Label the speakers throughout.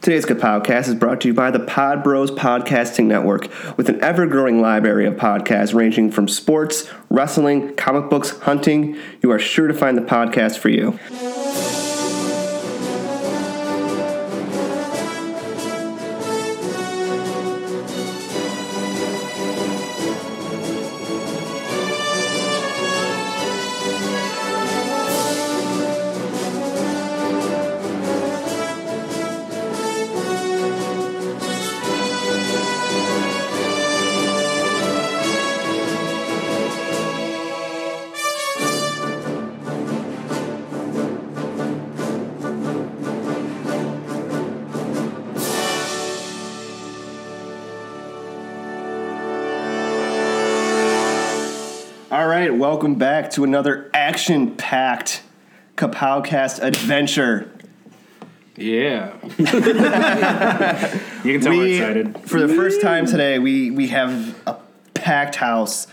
Speaker 1: Today's Good Podcast is brought to you by the Pod Bros Podcasting Network, with an ever growing library of podcasts ranging from sports, wrestling, comic books, hunting. You are sure to find the podcast for you. All right, welcome back to another action packed Kapowcast adventure.
Speaker 2: Yeah. you can tell
Speaker 1: We-
Speaker 2: we're excited.
Speaker 1: For the first time today, we, we have a packed house.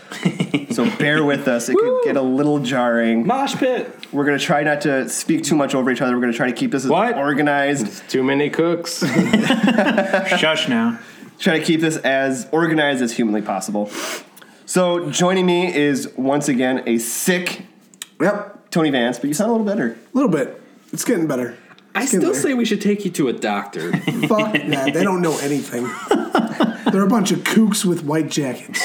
Speaker 1: so bear with us. It could get a little jarring.
Speaker 2: Mosh pit.
Speaker 1: We're gonna try not to speak too much over each other. We're gonna try to keep this as
Speaker 2: What?
Speaker 1: organized.
Speaker 2: Too many cooks.
Speaker 3: Shush now.
Speaker 1: Try to keep this as organized as humanly possible. So joining me is once again a sick
Speaker 4: Yep,
Speaker 1: Tony Vance, but you sound a little better.
Speaker 4: a little bit. It's getting better.
Speaker 2: I still say we should take you to a doctor.
Speaker 4: Fuck that. They don't know anything. They're a bunch of kooks with white jackets.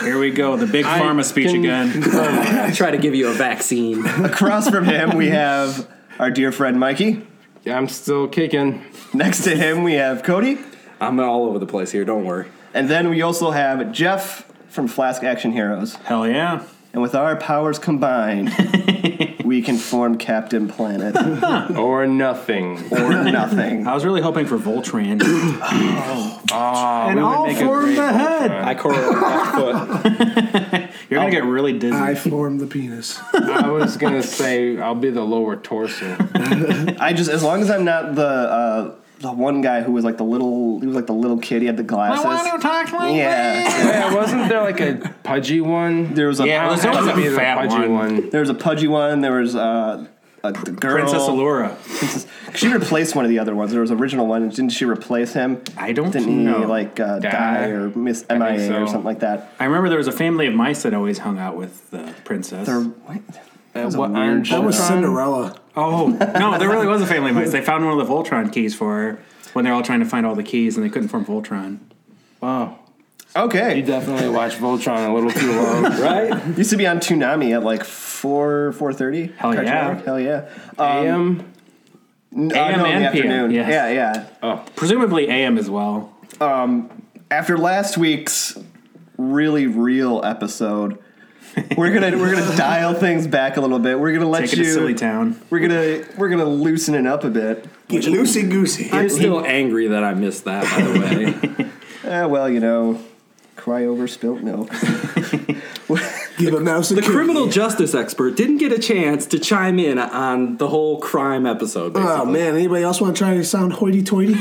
Speaker 3: Here we go. The big pharma speech
Speaker 2: can-
Speaker 3: again.
Speaker 5: try to give you a vaccine.
Speaker 1: Across from him we have our dear friend Mikey.
Speaker 2: I'm still kicking.
Speaker 1: Next to him we have Cody,
Speaker 5: I'm all over the place here. Don't worry.
Speaker 1: and then we also have Jeff from Flask Action Heroes.
Speaker 3: Hell yeah.
Speaker 1: And with our powers combined, we can form Captain Planet
Speaker 2: Or nothing.
Speaker 1: or nothing.
Speaker 3: I was really hoping for Voltran. Oh, and
Speaker 2: would
Speaker 3: all
Speaker 2: make a
Speaker 3: for
Speaker 2: great
Speaker 3: the head.
Speaker 5: I correlate left foot.
Speaker 3: You're going to get really dizzy.
Speaker 4: I form the penis.
Speaker 2: I was gonna say I'll be the lower torso.
Speaker 1: I just as long as I'm not the uh, the one guy who was like the little he was like the little kid. He had the glasses.
Speaker 3: talk to me.
Speaker 1: yeah,
Speaker 2: Yeah, wasn't there like a pudgy one?
Speaker 1: there was a
Speaker 3: Yeah,
Speaker 2: I
Speaker 3: it
Speaker 2: was
Speaker 3: was always
Speaker 2: to
Speaker 3: a
Speaker 2: be the
Speaker 3: fat
Speaker 2: pudgy
Speaker 3: one.
Speaker 2: one.
Speaker 1: there was a pudgy one. There was uh, a the girl.
Speaker 3: Princess Allura.
Speaker 1: She replaced one of the other ones. There was an original one. Didn't she replace him?
Speaker 3: I don't
Speaker 1: Didn't he
Speaker 3: know.
Speaker 1: like uh, die.
Speaker 2: Die.
Speaker 1: or miss
Speaker 2: think
Speaker 1: MIA or
Speaker 2: so.
Speaker 1: something like that?
Speaker 3: I remember there was a family of mice that always hung out with the princess.
Speaker 1: Or what?
Speaker 2: Uh,
Speaker 1: was a
Speaker 2: what
Speaker 1: weird
Speaker 2: iron
Speaker 1: show.
Speaker 4: That was
Speaker 2: Voltron?
Speaker 4: Cinderella.
Speaker 3: oh, no, there really was a family of mice. They found one of the Voltron keys for her when they're all trying to find all the keys and they couldn't form Voltron.
Speaker 2: Wow. Oh. You
Speaker 1: Okay,
Speaker 2: definitely watched Voltron a little too long.
Speaker 5: Right?
Speaker 1: used to be on Toonami at like four four thirty.
Speaker 3: Hell yeah.
Speaker 1: hell yeah. Um,
Speaker 2: Am
Speaker 1: n- uh, no, in
Speaker 3: AM
Speaker 1: the
Speaker 3: and PM,
Speaker 1: afternoon.
Speaker 3: yes.
Speaker 1: Yeah, yeah.
Speaker 3: Presumably AM as well.
Speaker 1: after last week's really real episode, we're gonna we're gonna dial things back a little bit. We're gonna let
Speaker 3: Take it
Speaker 1: you.
Speaker 3: to Silly Town.
Speaker 1: We're gonna we're gonna loosen it up a bit.
Speaker 4: Get loosey goosey.
Speaker 5: I'm still angry that I missed that, by the way.
Speaker 1: Eh, well, you know, cry over spilt milk.
Speaker 4: Give a mouse a
Speaker 5: The
Speaker 4: cookie.
Speaker 5: criminal justice expert didn't get a chance to chime in on the whole crime episode, basically.
Speaker 4: Oh man! Anybody else want to try to sound hoity-toity?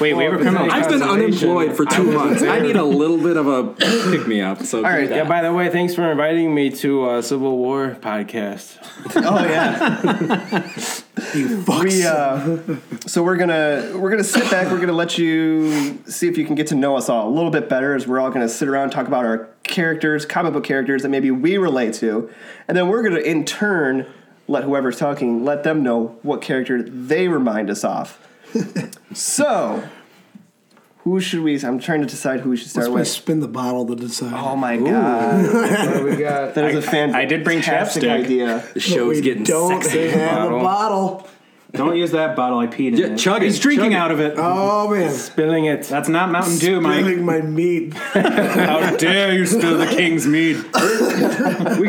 Speaker 3: Wait, we have a criminal.
Speaker 5: I've been unemployed for two months. I need a little bit of a pick me up. So,
Speaker 1: right,
Speaker 2: Yeah, by the way, thanks for inviting me to uh, Civil War podcast.
Speaker 1: oh yeah,
Speaker 4: you fucks.
Speaker 1: we. Uh, so we're gonna we're gonna sit back. We're gonna let you see if you can get to know us all a little bit better. As we're all gonna sit around and talk about our characters, comic book characters that maybe we relate to, and then we're gonna in turn let whoever's talking let them know what character they remind us of. so, who should we? I'm trying to decide who we should start
Speaker 4: Let's
Speaker 1: with.
Speaker 4: spin the bottle to decide.
Speaker 1: Oh my god,
Speaker 2: What do we got?
Speaker 1: that is a fantastic
Speaker 3: I did bring chapstick.
Speaker 1: idea.
Speaker 5: the
Speaker 4: But
Speaker 5: show's
Speaker 4: we
Speaker 5: getting
Speaker 4: don't
Speaker 5: sexy.
Speaker 4: have
Speaker 2: Bottle.
Speaker 4: a bottle.
Speaker 3: Don't use that bottle. I peed in
Speaker 5: Yeah,
Speaker 3: it.
Speaker 5: chug
Speaker 3: He's
Speaker 5: it,
Speaker 3: drinking
Speaker 5: chug it.
Speaker 3: out of it.
Speaker 4: Oh man!
Speaker 2: Spilling it.
Speaker 3: That's not Mountain Dew, Mike.
Speaker 4: Spilling my meat.
Speaker 3: How dare you spill the king's mead?
Speaker 5: We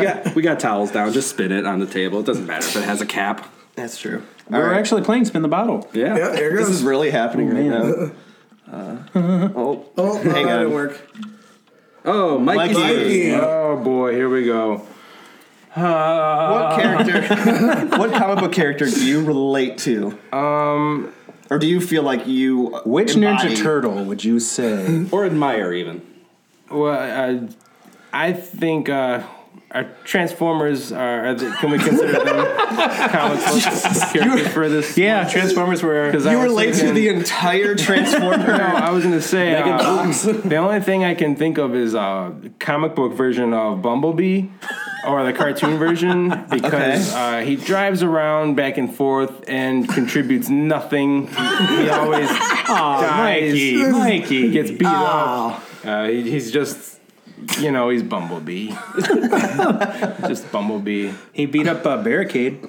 Speaker 5: got we got towels down. Just spin it on the table. It doesn't matter if it has a cap.
Speaker 1: That's true. All
Speaker 3: We're
Speaker 1: right.
Speaker 3: actually playing spin the bottle.
Speaker 5: Yeah.
Speaker 4: Yeah, there
Speaker 1: This is
Speaker 4: goes.
Speaker 1: really happening right now.
Speaker 3: Oh, man.
Speaker 1: Uh, oh,
Speaker 4: Oh, no,
Speaker 1: Hang
Speaker 4: that
Speaker 1: on.
Speaker 4: didn't work.
Speaker 5: Oh, Mikey.
Speaker 4: Mikey.
Speaker 2: Oh boy, here we go. Uh,
Speaker 1: What character? what comic book character do you relate to,
Speaker 2: um,
Speaker 1: or do you feel like you?
Speaker 3: Which
Speaker 1: embody-
Speaker 3: Ninja Turtle would you say?
Speaker 5: Or admire, even.
Speaker 2: well, I, I think uh, Are Transformers are, are they, can we consider them comic book characters for this?
Speaker 3: Yeah, Transformers were.
Speaker 2: because I
Speaker 1: You
Speaker 2: was
Speaker 1: relate to
Speaker 2: thinking-
Speaker 1: the entire Transformer.
Speaker 2: No, I was gonna say uh, the only thing I can think of is uh, comic book version of Bumblebee or the cartoon version because uh, he drives around back and forth and contributes nothing. He always dies.
Speaker 3: Mikey, Mikey.
Speaker 2: He gets beat
Speaker 1: Oh.
Speaker 2: up. Uh, he, he's just. You know he's Bumblebee, just Bumblebee.
Speaker 3: He beat up a barricade.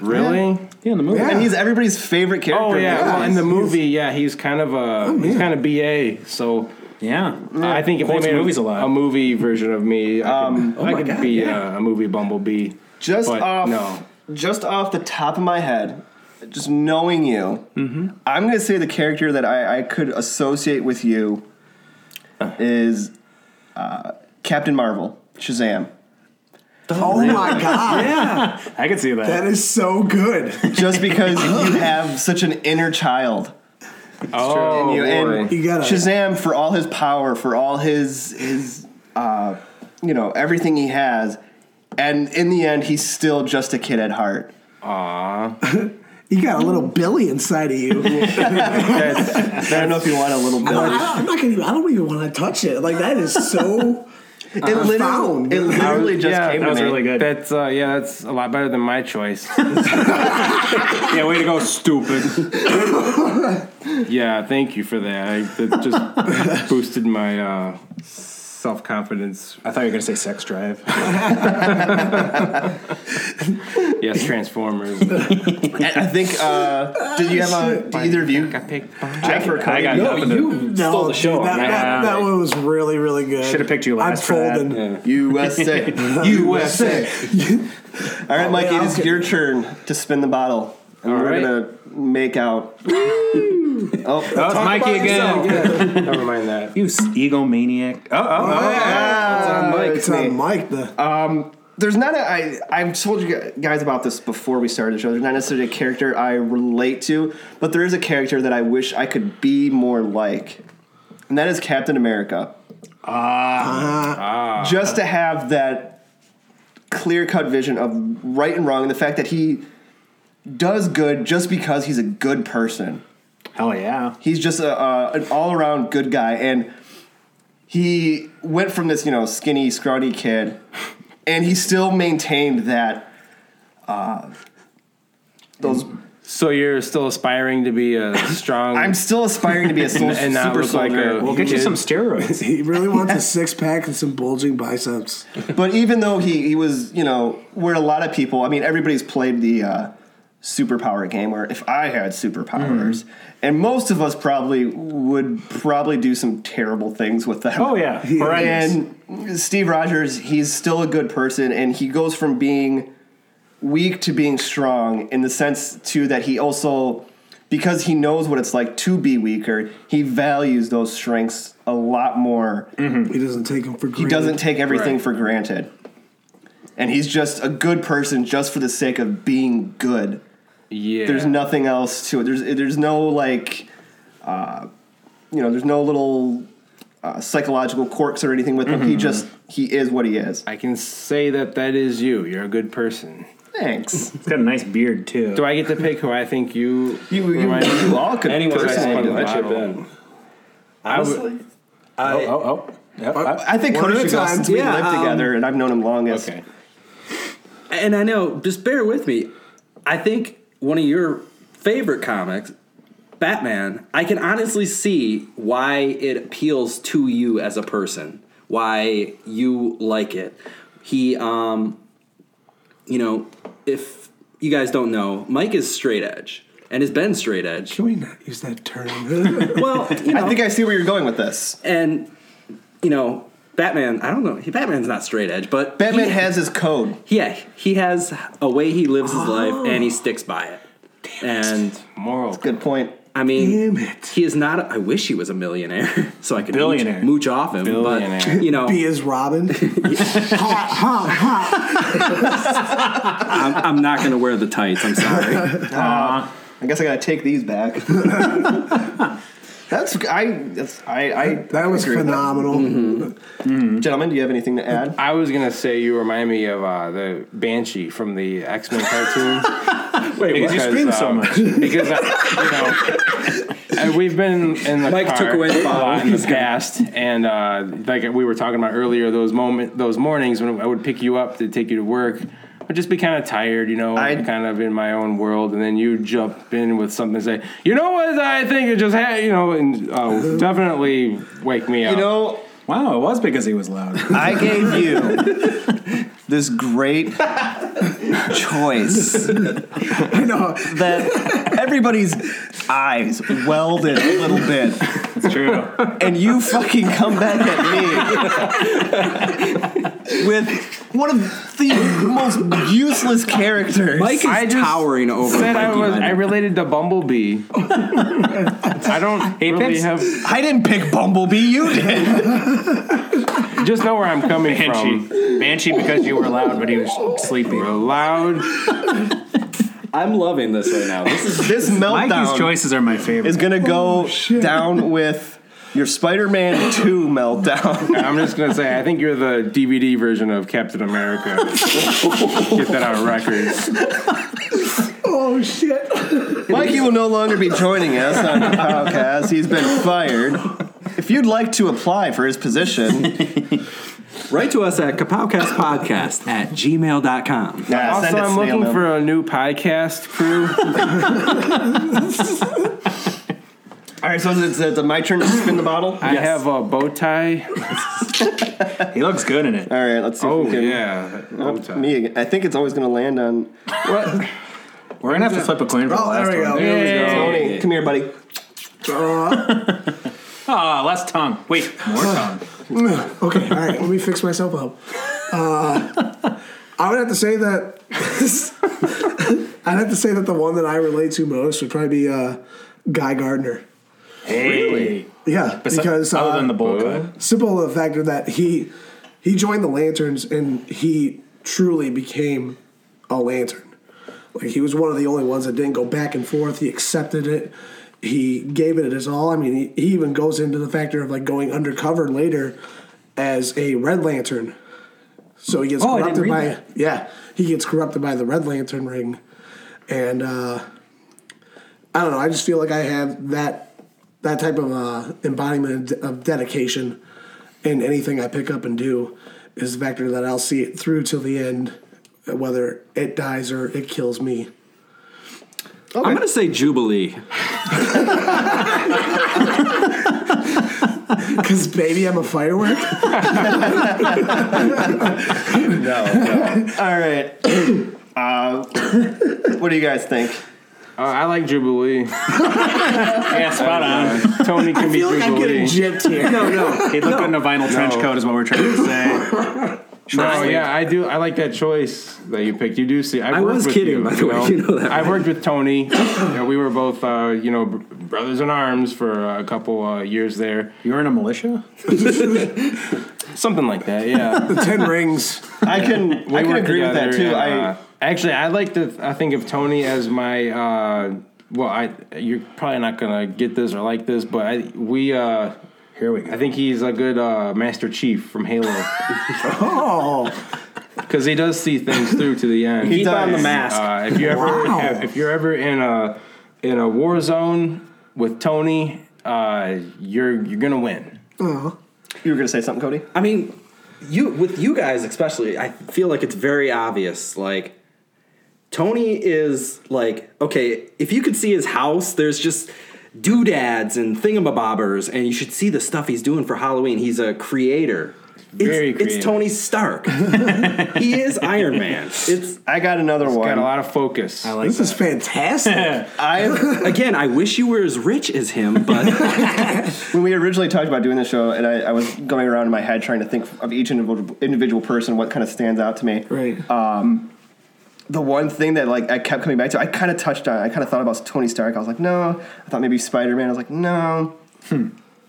Speaker 2: Really?
Speaker 3: Yeah, in the movie.
Speaker 1: and he's everybody's favorite character.
Speaker 2: Oh yeah. Well, in
Speaker 1: He's-
Speaker 2: the
Speaker 1: Oh,
Speaker 2: movie, yeah, he's kind of a he's kind of BA. So
Speaker 3: Yeah.
Speaker 2: I think if they
Speaker 3: Holds
Speaker 2: made
Speaker 3: movies
Speaker 2: a,
Speaker 3: a lot. Oh
Speaker 2: a movie version of me, I
Speaker 1: Um,
Speaker 2: could, I could
Speaker 1: God,
Speaker 2: be uh, a movie Bumblebee.
Speaker 1: just
Speaker 2: but
Speaker 1: off,
Speaker 2: no.
Speaker 1: just off the top of my head, just knowing you, I'm gonna say the character that I, I could associate with you is uh, Captain Marvel, Shazam.
Speaker 4: Oh my god,
Speaker 3: I could see that.
Speaker 4: that is so good.
Speaker 1: Just because you have such an inner child.
Speaker 2: Oh,
Speaker 1: you, and
Speaker 2: boy.
Speaker 4: You gotta-
Speaker 1: Shazam for all his power, for all his his uh, you know everything he has, and in the end, he's still just a kid at heart.
Speaker 4: You got a little Billy inside of you.
Speaker 1: I don't know if you want a little bit.
Speaker 4: I, am not gonna. Even, I don't even want to touch it. Like that is so.
Speaker 1: It literally,
Speaker 4: found.
Speaker 1: it literally just
Speaker 2: yeah,
Speaker 1: came
Speaker 3: that
Speaker 1: to
Speaker 3: was
Speaker 1: me.
Speaker 3: really good.
Speaker 2: That's uh, yeah, that's a lot better than my choice.
Speaker 3: yeah, way to go, stupid.
Speaker 2: yeah, thank you for that. I, that just boosted my uh, self confidence.
Speaker 3: I thought you were gonna say sex drive.
Speaker 2: Yes, Transformers.
Speaker 1: I think. Uh, did you have a? Did either of you? Jeff or
Speaker 3: I
Speaker 1: Cody?
Speaker 3: got nothing to.
Speaker 4: No,
Speaker 5: Stole the show
Speaker 4: dude, That,
Speaker 5: on that
Speaker 4: that-
Speaker 3: one.
Speaker 4: that one was really, really good.
Speaker 3: Should have picked you last for
Speaker 4: I'm
Speaker 3: that.
Speaker 4: folding.
Speaker 1: USA, USA. All right, Mikey, it is
Speaker 4: Oh, okay.
Speaker 1: your turn to spin the bottle, and
Speaker 2: All
Speaker 1: we're
Speaker 2: right.
Speaker 1: gonna make out. oh,
Speaker 3: Oh, it's Mikey again.
Speaker 2: Never mind that.
Speaker 3: You s- egomaniac. Oh, oh, oh.
Speaker 1: Ah,
Speaker 4: Uh, It's on Mike. The
Speaker 1: Oh. there's not a I I've told you gu- guys about this before we started the show. There's not necessarily a character I relate to, but there is a character that I wish I could be more like, and that is Captain America. Ah, just to have that clear cut vision of right and wrong, and the fact that he does good just because he's a good person
Speaker 3: Hell yeah.
Speaker 1: he's just a, uh, an all around good guy, and he went from this you know skinny, scrawny kid, and he still maintained that. Uh, those
Speaker 2: So you're still aspiring to be a strong.
Speaker 1: I'm still aspiring to be a sol-
Speaker 2: And not
Speaker 1: super
Speaker 2: look like
Speaker 1: soldier,
Speaker 2: a-
Speaker 3: We'll get you some steroids.
Speaker 4: he really wants a six pack and some bulging biceps.
Speaker 1: but even though he he was you know where a lot of people, I mean everybody's played the. Uh, superpower game where if i had superpowers
Speaker 2: Hmm.
Speaker 1: and most of us probably would probably do some terrible things with them
Speaker 3: Oh yeah. Horrendous.
Speaker 1: And Steve Rogers, he's still a good person, and he goes from being weak to being strong in the sense too that he also, because he knows what it's like to be weaker, he values those strengths a lot more.
Speaker 4: He doesn't take him for granted.
Speaker 1: He doesn't take everything
Speaker 2: Right.
Speaker 1: for granted, and he's just a good person just for the sake of being good.
Speaker 2: Yeah.
Speaker 1: There's nothing else to it. There's there's no like, uh, you know, there's no little uh, psychological quirks or anything with him. He just he is what he is.
Speaker 2: I can say that that is you. You're a good person.
Speaker 1: Thanks.
Speaker 3: He's got a nice beard too.
Speaker 2: Do I get to pick who I think you?
Speaker 1: You you,
Speaker 2: Remind me.
Speaker 1: you all could
Speaker 5: Anyone's
Speaker 2: First
Speaker 1: personally
Speaker 2: one
Speaker 1: do
Speaker 2: to
Speaker 1: it.
Speaker 2: watch.
Speaker 5: I've been. Honestly, I,
Speaker 3: oh, oh. Yep, I-
Speaker 1: I think
Speaker 4: One
Speaker 1: Cody
Speaker 4: at a
Speaker 1: should go
Speaker 4: time.
Speaker 1: since we
Speaker 5: Yeah,
Speaker 1: lived
Speaker 5: um,
Speaker 1: together, and I've known him longest.
Speaker 2: Okay.
Speaker 5: and I know. Just bear with me. I think one of your favorite comics, Batman. I can honestly see why it appeals to you as a person. Why you like it. He, um, you know, if you guys don't know, Mike is straight edge and has been straight edge.
Speaker 4: Can we not use that term?
Speaker 5: Well, you know,
Speaker 1: I think I see where you're going with this.
Speaker 5: and you know batman i don't know he, batman's not straight edge but
Speaker 1: Batman
Speaker 5: he,
Speaker 1: has his code.
Speaker 5: yeah he has a way he lives his life and he sticks by it and
Speaker 2: Moral.
Speaker 1: Good point.
Speaker 5: i mean
Speaker 4: Damn it.
Speaker 5: he is not a, i wish he was a millionaire so i could
Speaker 3: Billionaire.
Speaker 5: mooch, mooch off him
Speaker 2: Billionaire.
Speaker 5: but you know
Speaker 4: Be as Robin. ha ha ha.
Speaker 5: I'm, I'm not going to wear the tights i'm sorry
Speaker 1: I guess I gotta take these back. That's I. That's, I. I
Speaker 4: That was
Speaker 1: agree with
Speaker 4: phenomenal.
Speaker 1: Mm-hmm. Gentlemen, do you have anything to add?
Speaker 2: I was gonna say you remind me of uh, the Banshee from the X Men cartoon. Wait,
Speaker 3: Because you scream so much.
Speaker 2: Because uh, you know, uh, we've been in the
Speaker 5: Mike
Speaker 2: car
Speaker 5: took away
Speaker 2: a
Speaker 5: the
Speaker 2: lot
Speaker 5: bottle.
Speaker 2: in the past, and uh, like we were talking about earlier, those moment, those mornings when I would pick you up to take you to work. I'd just be kind of tired, you know,
Speaker 1: I'd-
Speaker 2: kind of in my own world, and then you jump in with something and say, "You know what? I think it just had, you know, and uh, definitely wake me up."
Speaker 1: You know,
Speaker 3: Wow, it was because he was loud.
Speaker 1: I gave you this great choice
Speaker 4: I know.
Speaker 1: that everybody's eyes welded a little bit,
Speaker 3: It's true.
Speaker 1: and you fucking come back at me with one of the most useless characters.
Speaker 5: Mike is
Speaker 2: I just
Speaker 5: towering over
Speaker 2: said I
Speaker 5: Mikey
Speaker 2: was.
Speaker 5: Lennon.
Speaker 2: I related to Bumblebee. I don't really
Speaker 3: Apex?
Speaker 2: have.
Speaker 1: I didn't pick Bumblebee. You did.
Speaker 2: Just know where I'm coming from.
Speaker 3: Banshee. Um, Banshee because you were loud, but he was sleepy.
Speaker 2: We're loud.
Speaker 5: I'm loving this right now. This is
Speaker 1: This meltdown.
Speaker 3: Mikey's choices are my
Speaker 1: is
Speaker 3: favorite.
Speaker 1: gonna go down with your Spider-Man 2 meltdown.
Speaker 2: I'm just gonna say. I think you're the DVD version of Captain America. Get that on record.
Speaker 4: Oh shit!
Speaker 1: Mikey will no longer be joining us on the podcast. He's been fired. If you'd like to apply for his position,
Speaker 5: write to us at kapowcastpodcast at gmail.com.
Speaker 1: yeah,
Speaker 2: also,
Speaker 1: send it
Speaker 2: I'm
Speaker 1: snail
Speaker 2: looking
Speaker 1: mail.
Speaker 2: for a new podcast crew.
Speaker 1: All right, so it's, it's my turn to spin the bottle.
Speaker 2: I have a bow tie.
Speaker 3: He looks good in it.
Speaker 1: All right, let's see. if
Speaker 2: Oh
Speaker 1: we can,
Speaker 2: yeah, bow tie.
Speaker 1: Me, again. I think it's always gonna land on
Speaker 3: We're gonna have to flip a coin for the
Speaker 4: Oh,
Speaker 3: last
Speaker 4: there we go.
Speaker 3: one.
Speaker 2: Yay.
Speaker 1: Tony. Come here, buddy.
Speaker 4: Uh,
Speaker 3: Ah, less tongue. Wait, more tongue.
Speaker 4: okay, all right. Let me fix myself up. Uh, I would have to say that I'd have to say that the one that I relate to most would probably be uh, Guy Gardner.
Speaker 3: Hey.
Speaker 4: Yeah,
Speaker 3: Besi-
Speaker 4: because
Speaker 3: other
Speaker 4: uh,
Speaker 3: than the bowl cut,
Speaker 4: simple the factor that he he joined the lanterns and he truly became a lantern. Like he was one of the only ones that didn't go back and forth. He accepted it. He gave it his all. I mean, he, he even goes into the factor of like going undercover later as a Red Lantern. So he gets
Speaker 3: Oh, I didn't
Speaker 4: corrupted by
Speaker 3: read
Speaker 4: yeah he gets corrupted by the Red Lantern ring, and uh, I don't know. I just feel like I have that that type of uh, embodiment of- of dedication in anything I pick up and do is the factor that I'll see it through till the end, whether it dies or it kills me.
Speaker 5: I'm going to say Jubilee.
Speaker 4: Because baby, I'm a firework.
Speaker 1: No. no. All right. Uh, what do you guys think?
Speaker 2: Uh, I like Jubilee.
Speaker 3: yeah, spot on.
Speaker 2: Uh, Tony can be
Speaker 4: feel like I'm
Speaker 2: Jubilee.
Speaker 4: getting gypped here.
Speaker 5: No, no.
Speaker 3: He looked good in a vinyl trench
Speaker 2: No.
Speaker 3: coat, is what we're trying to say.
Speaker 2: No, Oh, yeah, I do. I like that choice that you picked. You do see. I've
Speaker 5: I
Speaker 2: worked
Speaker 5: was
Speaker 2: with
Speaker 5: kidding,
Speaker 2: you,
Speaker 5: by the way. You know that,
Speaker 2: I've
Speaker 5: right?
Speaker 2: worked with Tony. You know, we were both, uh, you know, br- brothers in arms for a couple uh, years there,
Speaker 3: You were in a militia?
Speaker 2: something like that. Yeah,
Speaker 4: The ten rings.
Speaker 1: I can.
Speaker 2: We
Speaker 1: I can
Speaker 2: worked
Speaker 1: agree with that
Speaker 2: together,
Speaker 1: too.
Speaker 2: and,
Speaker 1: I.
Speaker 2: uh, actually I like to. I think of Tony as my. Uh, well, I you're probably not gonna get this or like this, but I, we. Uh,
Speaker 3: Here we go.
Speaker 2: I think he's a good uh, Master Chief from Halo
Speaker 4: Oh,
Speaker 2: because he does see things through to the end.
Speaker 1: He
Speaker 5: Keep on the
Speaker 1: does.
Speaker 5: mask.
Speaker 2: Uh, if you ever
Speaker 4: Wow.
Speaker 2: if, if you're ever in a in a war zone with Tony, uh, you're you're gonna win.
Speaker 1: You were gonna say something, Cody?
Speaker 5: I mean, you with you guys especially, I feel like it's very obvious. Like Tony is like, okay, if you could see his house, there's just doodads and thingamabobbers, and you should see the stuff he's doing for Halloween. He's a creator. It's,
Speaker 2: Very creative.
Speaker 5: it's Tony Stark. he is Iron Man. It's
Speaker 1: I got another one.
Speaker 2: Got a lot of focus.
Speaker 3: I like
Speaker 4: this is fantastic.
Speaker 1: I
Speaker 5: again, I wish you were as rich as him, but
Speaker 1: when we originally talked about doing the show, and I, I was going around in my head trying to think of each individual individual person, what kind of stands out to me.
Speaker 4: Right.
Speaker 1: The one thing that like I kept coming back to, I kind of touched on. it. I kind of thought about Tony Stark. I was like, no. I thought maybe Spider Man. I was like, no.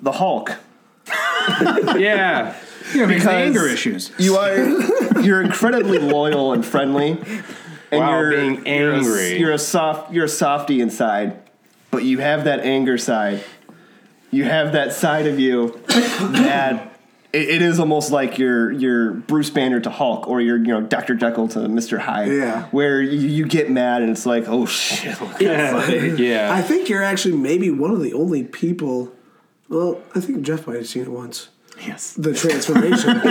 Speaker 1: The Hulk.
Speaker 2: yeah,
Speaker 3: yeah, because
Speaker 1: because-
Speaker 3: anger issues.
Speaker 1: You are you're incredibly loyal and friendly, and
Speaker 2: While
Speaker 1: you're
Speaker 2: being
Speaker 1: you're a-
Speaker 2: angry.
Speaker 1: You're a, soft you're a softy inside, but you have that anger side. you have that side of you that it, it is almost like your your Bruce Banner to Hulk or your you know Doctor Jekyll to Mister Hyde.
Speaker 4: Yeah.
Speaker 1: where you, you get mad and it's like, oh shit,
Speaker 2: Yeah.
Speaker 4: I think you're actually maybe one of the only people. Well, I think Jeff might have seen it once.
Speaker 3: Yes.
Speaker 4: The transformation.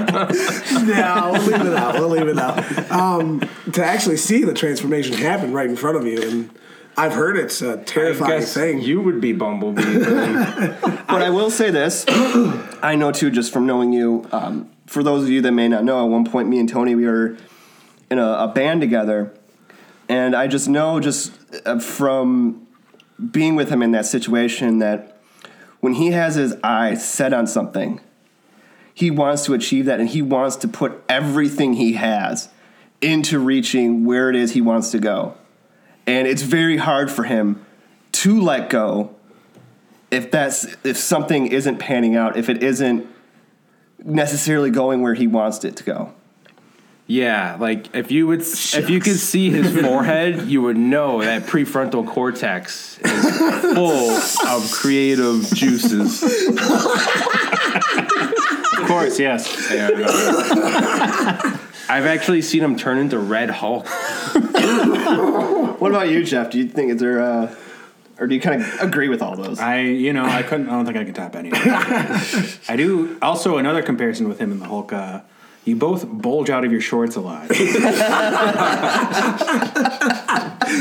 Speaker 4: no, we'll leave it out. We'll leave it out. Um, to actually see the transformation happen right in front of you, and I've heard it's a terrifying
Speaker 2: guess
Speaker 4: thing.
Speaker 2: you would be Bumblebee. then.
Speaker 1: But I will say this: I know too, just from knowing you. Um, for those of you that may not know, at one point, me and Tony we were in a, a band together, and I just know just uh, from being with him in that situation that when he has his eyes set on something, he wants to achieve that, and he wants to put everything he has into reaching where it is he wants to go, and it's very hard for him to let go if that's if something isn't panning out, if it isn't necessarily going where he wants it to go.
Speaker 2: yeah, like if you would, if you could see his forehead, you would know that prefrontal cortex is full of creative juices.
Speaker 3: Of course, yes.
Speaker 2: Yeah, yeah. I've actually seen him turn into Red Hulk.
Speaker 1: What about you, Jeff? Do you think is there, uh, or do you kind of agree with all those?
Speaker 3: I, you know, I couldn't. I don't think I could top any. of that. I do. Also, another comparison with him and the Hulk. Uh, you both bulge out of your shorts a lot.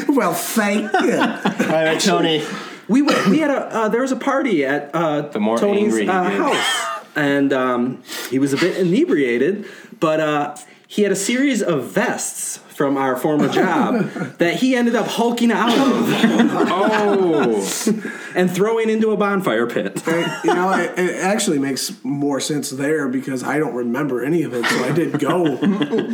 Speaker 4: well, thank you.
Speaker 1: All right, Tony.
Speaker 5: we went, we had a uh, there was a party at uh,
Speaker 2: The more
Speaker 5: Tony's
Speaker 2: angry he
Speaker 5: uh,
Speaker 2: gets.
Speaker 5: house, and um, he was a bit inebriated, but uh, he had a series of vests from our former job that he ended up hulking out of
Speaker 2: Oh,
Speaker 5: and throwing into a bonfire pit.
Speaker 4: I- you know, it, it actually makes more sense there because I don't remember any of it, so I did go.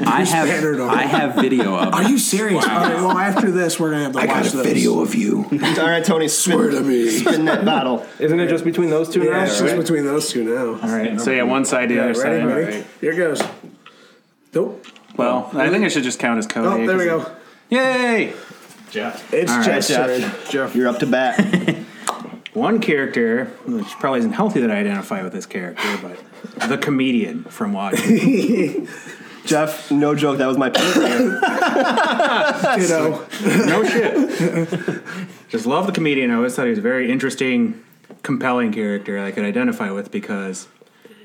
Speaker 5: I
Speaker 4: spattered
Speaker 5: have
Speaker 4: on
Speaker 5: I
Speaker 4: him.
Speaker 5: have video of.
Speaker 4: Are
Speaker 5: it.
Speaker 4: you serious? All right, well, after this, we're gonna have to watch this.
Speaker 6: of you.
Speaker 1: All right, Tony. Swear
Speaker 6: to me.
Speaker 1: Spin that bottle.
Speaker 2: isn't it just between those two
Speaker 4: Yeah,
Speaker 2: now?
Speaker 4: it's just
Speaker 2: right?
Speaker 4: between those two now.
Speaker 3: All right. So yeah, one side to the
Speaker 4: Yeah,
Speaker 3: other
Speaker 4: ready,
Speaker 3: side.
Speaker 4: ready?
Speaker 2: right.
Speaker 4: Here goes. Nope.
Speaker 3: Well, I think I should just count as code.
Speaker 4: Oh,
Speaker 3: A,
Speaker 4: there we
Speaker 3: 'cause-
Speaker 4: go.
Speaker 3: Yay!
Speaker 4: It's
Speaker 3: All right,
Speaker 4: Jeff's turn.
Speaker 1: Jeff, you're up to bat.
Speaker 3: One character, which probably isn't healthy that I identify with this character, but the comedian from Watchmen.
Speaker 1: Jeff, no joke, that was my pick.
Speaker 4: Ditto.
Speaker 3: no shit. Just love the comedian. I always thought he was a very interesting, compelling character I could identify with because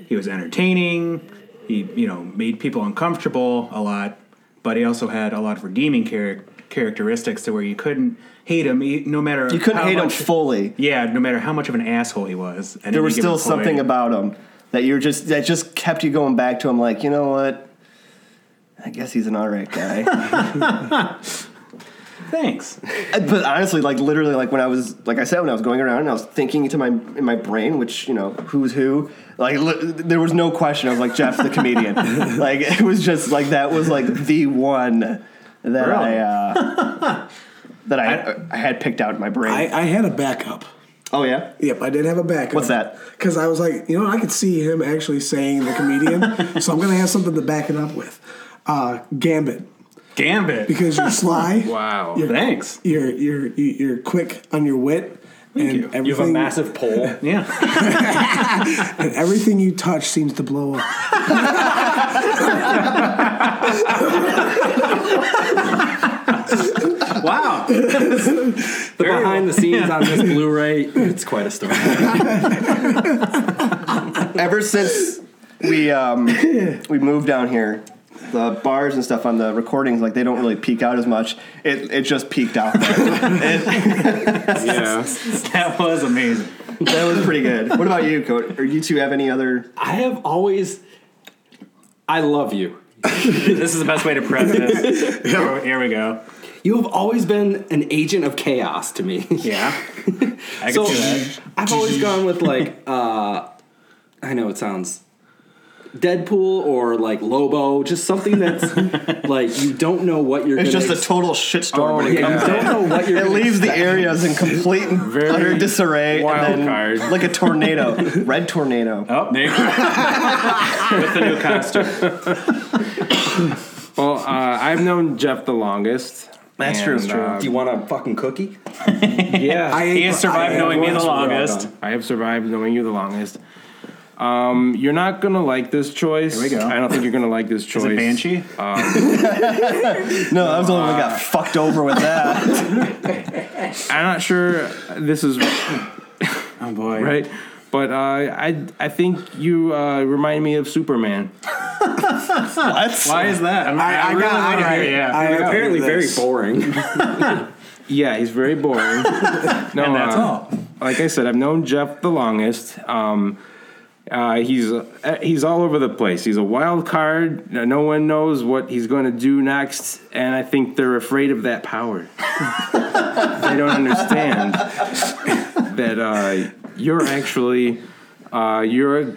Speaker 3: he was entertaining. He, you know, made people uncomfortable a lot, but he also had a lot of redeeming char- characteristics to where you couldn't hate him, e- no matter
Speaker 1: You couldn't
Speaker 3: how
Speaker 1: hate him
Speaker 3: much-
Speaker 1: fully.
Speaker 3: Yeah, no matter how much of an asshole he was, and
Speaker 1: There was still something about him that you're just that just kept you going back to him. Like, you know what? I guess he's an all right guy.
Speaker 3: Thanks.
Speaker 1: But honestly, like literally, like when I was, like I said, when I was going around and I was thinking to my in my brain, which you know, who's who. Like li- there was no question. I was like Jeff the comedian. like it was just like that was like the one that I
Speaker 3: Really?
Speaker 1: uh, that I, I had picked out in my brain.
Speaker 4: I, I had a backup.
Speaker 1: oh yeah,
Speaker 4: Yep, I did have a backup.
Speaker 1: What's that?
Speaker 4: Because I was like, you know, I could see him actually saying the comedian, so I'm gonna have something to back it up with. Uh, Gambit,
Speaker 3: Gambit.
Speaker 4: because you're sly.
Speaker 2: Wow.
Speaker 4: You're,
Speaker 3: Thanks.
Speaker 4: You're you're you- you're quick on your wit. and
Speaker 3: you. You have a
Speaker 4: everything
Speaker 5: You have a massive pole.
Speaker 3: Yeah.
Speaker 4: and everything you touch seems to blow up.
Speaker 3: wow.
Speaker 5: The behind the scenes on this Blu-ray, it's quite a story.
Speaker 1: ever since we um, we moved down here, the bars and stuff on the recordings like they don't really peak out as much. It it just peaked out. It-
Speaker 2: Yeah.
Speaker 3: That was amazing.
Speaker 1: that was pretty good. What about you, Cody? Or you two have any other?
Speaker 5: I have always, I love you.
Speaker 3: This is the best way to press this. Here, here we go.
Speaker 5: You have always been an agent of chaos to me.
Speaker 3: Yeah. I can
Speaker 5: so
Speaker 3: see that.
Speaker 5: I've always gone with like uh I know it sounds Deadpool or like Lobo, just something that's like you don't know what you're
Speaker 1: It's
Speaker 5: gonna
Speaker 1: just a
Speaker 5: ex-
Speaker 1: total shitstorm
Speaker 2: Oh,
Speaker 1: when it
Speaker 2: yeah.
Speaker 1: comes
Speaker 5: you don't know what you're
Speaker 1: It
Speaker 5: gonna
Speaker 1: leaves the areas in complete and
Speaker 2: Very
Speaker 1: utter disarray,
Speaker 2: wild
Speaker 1: and then
Speaker 2: card.
Speaker 1: like a tornado, red tornado.
Speaker 3: Oh, there you go. With the new costume.
Speaker 2: Well, uh, I've known Jeff the longest.
Speaker 1: That's true, it's true.
Speaker 5: Do you want a fucking cookie?
Speaker 2: yeah,
Speaker 4: I
Speaker 3: He
Speaker 4: ate-
Speaker 3: has survived
Speaker 4: I-
Speaker 3: knowing me the
Speaker 5: That's what I've
Speaker 3: longest.
Speaker 5: done.
Speaker 2: I have survived knowing you the longest. Um, you're not gonna like this choice.
Speaker 3: we go.
Speaker 2: I don't think you're gonna like this choice.
Speaker 3: Is it Banshee?
Speaker 1: No, I was the only one who
Speaker 2: uh,
Speaker 1: got fucked over with that.
Speaker 2: I'm not sure this is
Speaker 3: oh boy.
Speaker 2: right, but uh, I I think you uh, remind me of Superman.
Speaker 1: what?
Speaker 3: Why is that? I'm,
Speaker 4: I, I,
Speaker 3: really
Speaker 4: got
Speaker 3: want to
Speaker 4: alright,
Speaker 3: hear- yeah.
Speaker 4: I got
Speaker 5: Apparently, very
Speaker 4: this.
Speaker 5: boring.
Speaker 2: Yeah, he's very boring. no,
Speaker 3: and that's
Speaker 2: uh,
Speaker 3: all.
Speaker 2: Like I said, I've known Jeff the longest. Um, uh, he's uh, he's all over the place. He's a wild card. No one knows what he's going to do next, and I think they're afraid of that power. they don't understand that uh, you're actually uh, you're a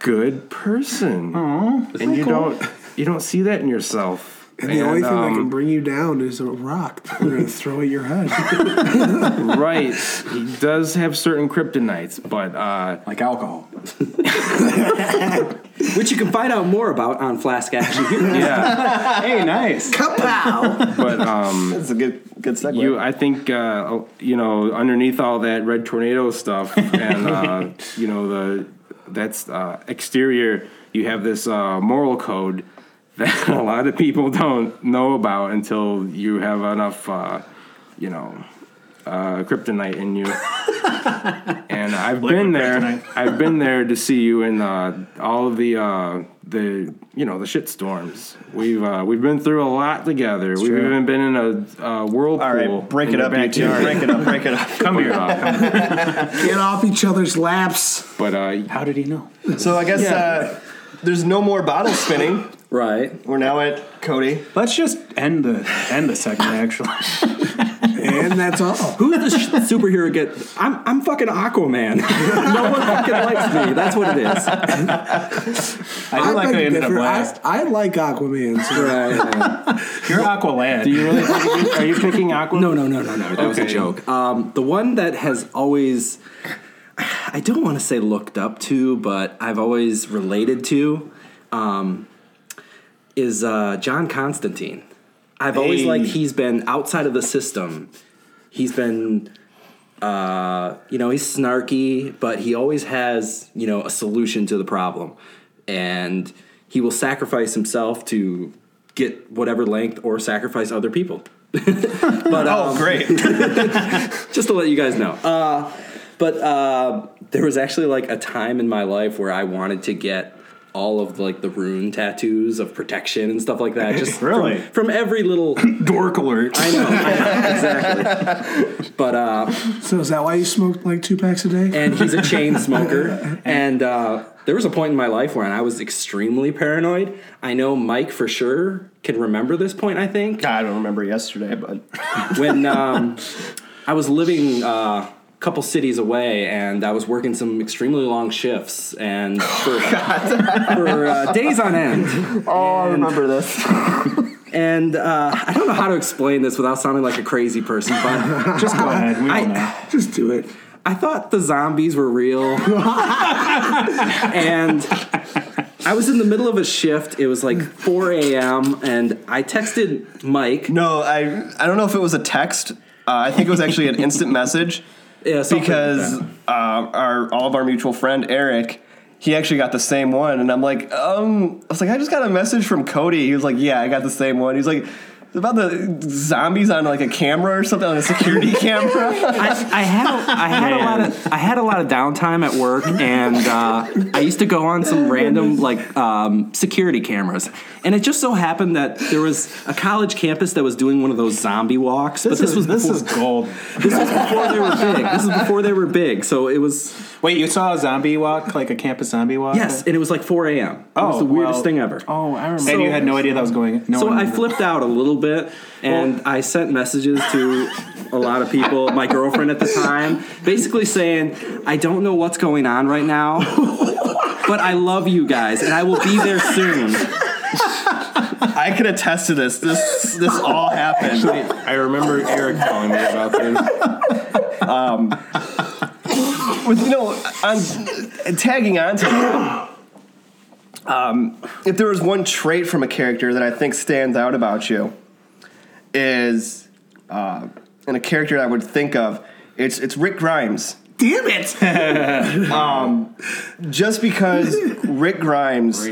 Speaker 2: good person, and you don't you don't see that in yourself.
Speaker 4: And the only thing that
Speaker 2: um,
Speaker 4: can bring you down is a rock that they're gonna throw at your head.
Speaker 2: um, right. He does have certain kryptonites, but uh,
Speaker 3: Like alcohol.
Speaker 5: Which you can find out more about on Flask Action Hero.
Speaker 2: yeah,
Speaker 3: hey, nice.
Speaker 4: Kapow!
Speaker 2: but um,
Speaker 1: That's a good good segue.
Speaker 2: you, I think uh, you know, underneath all that red tornado stuff, and uh, you know the that's uh, exterior. You have this uh, moral code that a lot of people don't know about until you have enough, uh, you know, uh, kryptonite in you. and I've been there.
Speaker 3: kryptonite.
Speaker 2: I've been there to see you in uh, all of the uh, the you know the shit storms. We've uh, we've been through a lot together. we've even been in a uh, whirlpool.
Speaker 1: All right, break
Speaker 2: in
Speaker 1: it
Speaker 2: your
Speaker 1: up, you two.
Speaker 2: backyard.
Speaker 1: Break it up, break it up.
Speaker 2: Come here. Uh,
Speaker 4: Get off each other's laps.
Speaker 2: but uh,
Speaker 3: How did he know?
Speaker 1: So I guess uh, there's no more bottle spinning.
Speaker 5: right.
Speaker 1: We're now at Cody.
Speaker 3: Let's just end the end the segment. Actually,
Speaker 4: And that's all.
Speaker 5: Who's the sh- superhero get? I'm, I'm fucking Aquaman. no one fucking likes me. That's what it is.
Speaker 3: I do
Speaker 4: beg
Speaker 3: like I
Speaker 4: to
Speaker 3: ended up
Speaker 4: differ. I-
Speaker 3: last.
Speaker 4: I, like Aquaman. So
Speaker 5: Right.
Speaker 3: You're Aqualad.
Speaker 2: do you really think, are you picking Aqua?
Speaker 5: No, no, no, no, no. That was a
Speaker 2: Okay.
Speaker 5: joke. Um, the one that has always, I don't want to say looked up to, but I've always related to, um, is uh, John Constantine. I've always
Speaker 1: Hey.
Speaker 5: liked he's been outside of the system. He's been, uh, you know, he's snarky, but he always has, you know, a solution to the problem, and he will sacrifice himself to get whatever length or sacrifice other people. but um,
Speaker 1: Oh, great.
Speaker 5: just to let you guys know. Uh, but uh, there was actually like a time in my life where I wanted to get all of like the rune tattoos of protection and stuff like that. Just from-
Speaker 3: Really?
Speaker 5: from, every little.
Speaker 3: dork alert.
Speaker 5: I know, I know exactly. But uh,
Speaker 4: So is that why you smoked like two packs a day?
Speaker 5: and he's a chain smoker. And uh, there was a point in my life when I was extremely paranoid. I know Mike for sure can remember this point. I think
Speaker 1: I don't remember yesterday, but
Speaker 5: when um, I was living uh, a couple cities away and I was working some extremely long shifts and for, for uh, days on end.
Speaker 1: oh, I remember this.
Speaker 5: And uh, I don't know how to explain this without sounding like a crazy person, but
Speaker 3: Just go ahead. We all
Speaker 5: I-
Speaker 3: know.
Speaker 4: Just do it.
Speaker 5: I thought the zombies were real. and I was in the middle of a shift. It was like 4 a.m. and I texted Mike.
Speaker 1: No, I I don't know if it was a text. Uh, I think it was actually an instant message
Speaker 5: Yeah, something like
Speaker 1: because
Speaker 5: that.
Speaker 1: uh, our all of our mutual friend Eric, he actually got the same one, and I'm like, um, I was like, I just got a message from Cody. He was like, Yeah, I got the same one. He's like. "It's About the zombies on like a camera or something, on a security camera.
Speaker 5: I, I had a, I had a lot of I had a lot of downtime at work, and uh, I used to go on some random like um, security cameras. And it just so happened that there was a college campus that was doing one of those zombie walks. but this was
Speaker 3: this is
Speaker 5: before,
Speaker 3: gold.
Speaker 5: this was before they were big. This is before they were big. So it was
Speaker 3: Wait, you saw a zombie walk, like a campus zombie walk?
Speaker 5: yes, and it was like 4 a.m. It was
Speaker 3: Oh,
Speaker 5: the weirdest
Speaker 3: well-
Speaker 5: thing ever.
Speaker 2: Oh, I remember.
Speaker 3: and you had no idea that was going. No
Speaker 5: So
Speaker 3: one
Speaker 5: I
Speaker 3: knew.
Speaker 5: flipped out a little bit, and I sent messages to a lot of people, my girlfriend at the time, basically saying, "I don't know what's going on right now, but I love you guys, and I will be there soon."
Speaker 1: I can attest to this. This this all happened.
Speaker 2: I remember Eric telling me about this.
Speaker 1: with you know on tagging on to that, um, if there was one trait from a character that I think stands out about you, is uh, and a character I would think of. It's it's Rick Grimes.
Speaker 4: Damn it!
Speaker 1: Just because Rick Grimes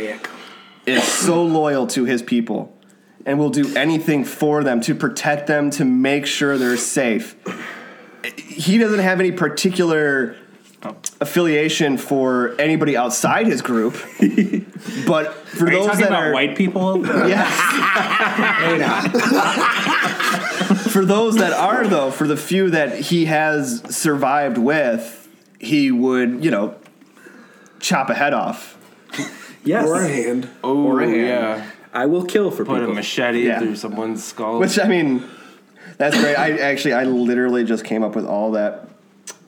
Speaker 1: is so loyal to his people and will do anything for them to protect them to make sure they're safe. He doesn't have any particular
Speaker 3: Oh.
Speaker 1: affiliation for anybody outside his group, but for
Speaker 3: Are you
Speaker 1: those
Speaker 3: talking
Speaker 1: that
Speaker 3: about
Speaker 1: are
Speaker 3: white people?
Speaker 1: Yes. for those that are though, for the few that he has survived with, he would, you know, chop a head off.
Speaker 5: Yes,
Speaker 4: Or a hand.
Speaker 2: Oh
Speaker 1: hand.
Speaker 2: yeah,
Speaker 5: I will kill for
Speaker 2: put a
Speaker 5: people.
Speaker 2: machete
Speaker 1: Yeah.
Speaker 2: through someone's skull.
Speaker 1: Which I mean, that's great. I actually I literally just came up with all that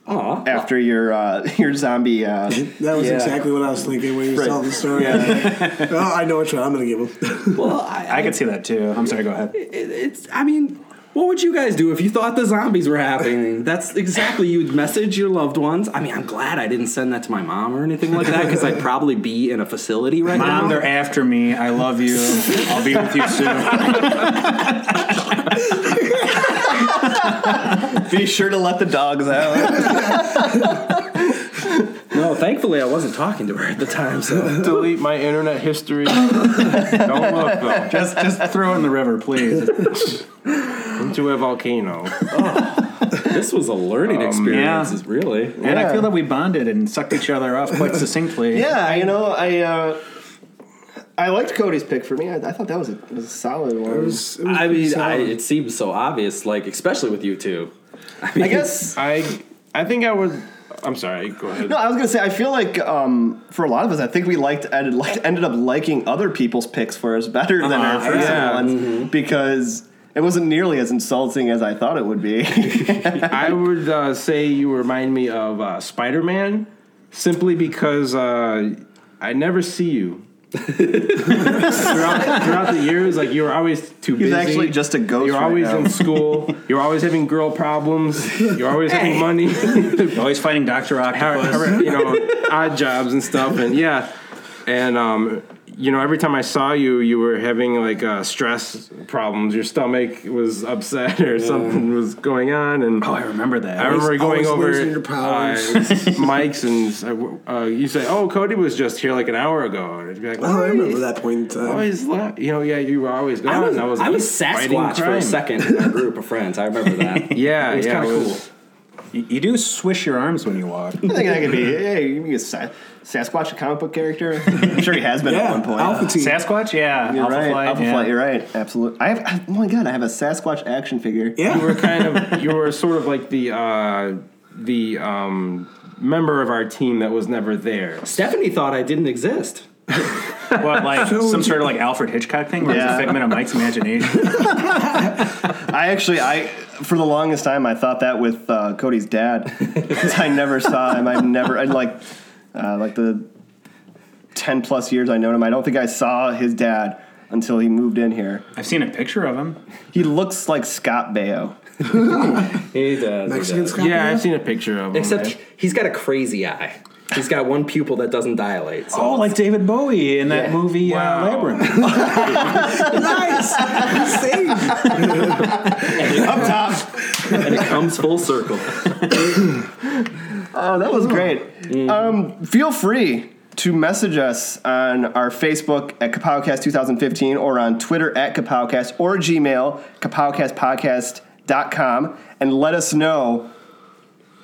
Speaker 5: Aw.
Speaker 1: after your uh, your zombie uh,
Speaker 4: That was
Speaker 5: Yeah.
Speaker 4: exactly what I was thinking when you were
Speaker 1: Right.
Speaker 4: telling the story. oh, I know which one I'm going to give him.
Speaker 5: Well, I,
Speaker 3: I could see that too. I'm sorry. Go ahead.
Speaker 5: it, it's i mean what would you guys do if you thought the zombies were happening that's exactly you'd message your loved ones i mean i'm glad i didn't send that to my mom or anything like that because i'd probably be in a facility right
Speaker 3: Mom,
Speaker 5: now
Speaker 3: they're after me. I love you. I'll be with you soon.
Speaker 1: be sure to let the dogs out.
Speaker 5: no thankfully i wasn't talking to her at the time so
Speaker 2: delete my internet history. Don't look though.
Speaker 3: Just, just throw it in the river, please.
Speaker 2: Into a volcano.
Speaker 5: this was a learning experience
Speaker 3: yeah.
Speaker 5: is really
Speaker 3: And
Speaker 1: Yeah.
Speaker 3: I feel that we bonded and sucked each other off quite succinctly.
Speaker 1: yeah, you know, I uh, I liked Cody's pick for me. I, I thought that was a, was a solid one.
Speaker 5: i mean I,
Speaker 4: solid.
Speaker 5: it seems so obvious like especially with you two
Speaker 1: I guess
Speaker 2: I I think I would. I'm sorry. Go ahead.
Speaker 1: No, I was gonna say I feel like um, for a lot of us, I think we liked ended, liked, ended up liking other people's picks for us better than our
Speaker 3: Uh-huh.
Speaker 1: personal
Speaker 2: Yeah.
Speaker 1: ones because it wasn't nearly as insulting as I thought it would be.
Speaker 2: I would uh, say you remind me of uh, Spider Man simply because uh, I never see you. throughout, throughout the years, like you were always too
Speaker 1: He's
Speaker 2: busy.
Speaker 1: actually just a ghost.
Speaker 2: you're
Speaker 1: right
Speaker 2: always
Speaker 1: now.
Speaker 2: in school. You're always having girl problems. You're always having money, Or-
Speaker 3: Always fighting Doctor Octopus.
Speaker 2: or, you know, odd jobs and stuff. And yeah, and um, you know, every time I saw you, you were having like uh, stress problems. Your stomach was upset, or something was going on. And
Speaker 3: Oh, I remember that.
Speaker 2: I remember going
Speaker 4: always
Speaker 2: over
Speaker 4: losing your powers.
Speaker 2: uh, Mike's and uh, you say, "Oh, Cody was just here like an hour ago," and I'd be like,
Speaker 4: Oh, I
Speaker 2: "Why
Speaker 4: remember
Speaker 2: is-
Speaker 4: that point in time.
Speaker 2: Always, la-" you know, yeah, you were always gone.
Speaker 5: i was,
Speaker 2: and
Speaker 5: I was,
Speaker 2: fighting
Speaker 5: sasquatch for
Speaker 2: crime.
Speaker 5: a second in our group of friends i remember that
Speaker 2: Yeah,
Speaker 5: it was
Speaker 2: yeah,
Speaker 5: kind of
Speaker 2: it
Speaker 5: cool
Speaker 2: was-
Speaker 3: You, you do swish your arms when you walk.
Speaker 1: I think that could be. Hey, you can get Sa- Sasquatch, a comic book character. I'm sure he has been at
Speaker 4: Yeah,
Speaker 1: one point.
Speaker 4: Alpha Team.
Speaker 3: Sasquatch? Yeah.
Speaker 1: You're right,
Speaker 3: Flight,
Speaker 1: Alpha
Speaker 3: yeah.
Speaker 1: Flight. You're right. Absolutely. I have. oh my god, I have a Sasquatch action figure.
Speaker 2: you
Speaker 4: yeah.
Speaker 2: were kind of you were sort of like the uh, the um, member of our team that was never there.
Speaker 5: stephanie thought i didn't exist
Speaker 3: What, like
Speaker 4: So-
Speaker 3: some sort of like Alfred Hitchcock thing where it's
Speaker 1: Yeah.
Speaker 3: a figment of Mike's imagination?
Speaker 1: I actually, I for the longest time, I thought that with uh, Cody's dad. 'Cause I never saw him. I've never, I like, uh, like the ten plus years I known him. I don't think I saw his dad until he moved in here.
Speaker 3: I've seen a picture of him.
Speaker 1: He looks like Scott Baio.
Speaker 5: he does he
Speaker 4: Mexican
Speaker 5: does.
Speaker 4: Scott
Speaker 2: Yeah, I've
Speaker 4: Pilgrim?
Speaker 2: seen a picture of him.
Speaker 5: Except he's got a crazy eye. He's got one pupil that doesn't dilate. So
Speaker 3: Oh, like David Bowie in that
Speaker 1: Yeah.
Speaker 3: movie
Speaker 2: Wow.
Speaker 3: uh, Labyrinth.
Speaker 4: Nice. Saved.
Speaker 5: and it comes full circle.
Speaker 1: Oh, that was great. Um, feel free to message us on our Facebook at Kapowcast 2015 or on Twitter at Kapowcast or Gmail, kapowcastpodcast.com, and let us know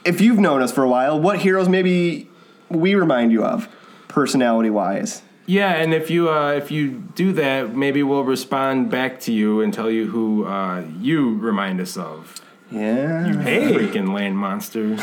Speaker 1: if you've known us for a while, what heroes maybe we remind you of, personality wise.
Speaker 2: Yeah, and if you uh, if you do that, maybe we'll respond back to you and tell you who uh, you remind us of.
Speaker 3: Mm.
Speaker 1: Yeah.
Speaker 2: Freaking land monster.
Speaker 3: Remind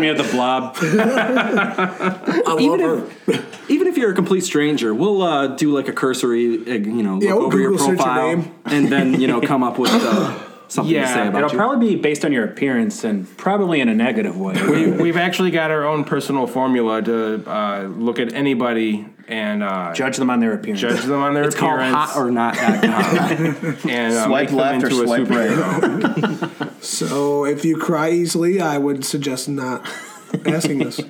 Speaker 3: me of the blob.
Speaker 4: I love
Speaker 5: Even
Speaker 4: her.
Speaker 5: if, even if you're a complete stranger, we'll uh, do like a cursory, uh, you know, look
Speaker 4: Yeah, we'll
Speaker 5: over your
Speaker 4: Google search your
Speaker 5: profile
Speaker 4: name.
Speaker 5: and then you know come up with uh, something to
Speaker 2: Yeah,
Speaker 5: say
Speaker 3: It'll
Speaker 5: about you.
Speaker 3: probably be based on your appearance and probably in a negative way.
Speaker 2: we, we've actually got our own personal formula to uh, look at anybody and uh,
Speaker 3: Judge them on their appearance.
Speaker 2: judge them on their
Speaker 5: it's called
Speaker 2: appearance
Speaker 5: hot or not.
Speaker 2: and uh,
Speaker 1: Swipe
Speaker 2: make
Speaker 1: left or
Speaker 2: them into a
Speaker 1: swipe
Speaker 2: superhero.
Speaker 1: right.
Speaker 4: So if you cry easily, I would suggest not asking this.
Speaker 1: I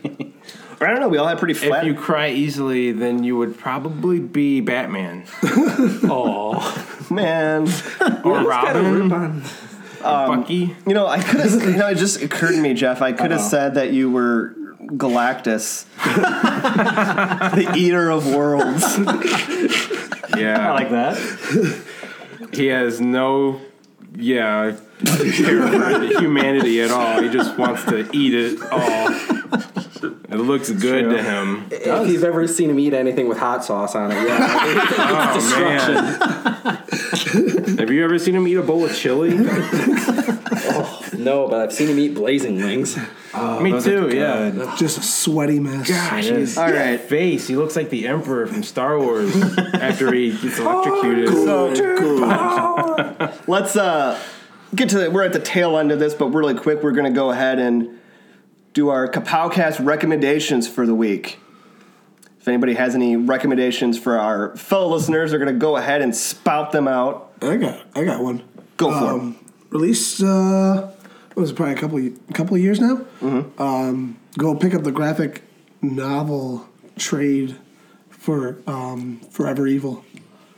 Speaker 1: don't know. We all had pretty
Speaker 2: If
Speaker 1: flat.
Speaker 2: you cry easily, then you would probably be Batman.
Speaker 5: Oh,
Speaker 1: man.
Speaker 2: Or Robin, Um, Bucky.
Speaker 1: You know, I could have. You know, it just occurred to me, Jeff. I could have said that you were Galactus, the Eater of Worlds.
Speaker 2: Yeah,
Speaker 3: I like that.
Speaker 2: he has no, yeah, care for humanity at all. He just wants to eat it all. It looks good to him.
Speaker 5: If you've ever seen him eat anything with hot sauce on it, yeah.
Speaker 2: Oh man! Have you ever seen him eat a bowl of chili?
Speaker 3: Uh,
Speaker 5: no, but I've seen him eat blazing wings.
Speaker 2: Me too. Yeah.
Speaker 4: Just a sweaty mess.
Speaker 2: Gosh, his
Speaker 1: All right.
Speaker 2: face. He looks like the Emperor from Star Wars after he gets electrocuted.
Speaker 1: So let's uh, get to the, we're at the tail end of this, but really quick, we're going to go ahead and do our Kapowcast recommendations for the week. If anybody has any recommendations for our fellow listeners, they're going to go ahead and spout them out.
Speaker 4: I got I got one.
Speaker 1: Go for
Speaker 4: um, Released uh, what was it probably a couple y- couple of years now.
Speaker 1: Mm-hmm.
Speaker 4: Um, go pick up the graphic novel trade for um, Forever Evil.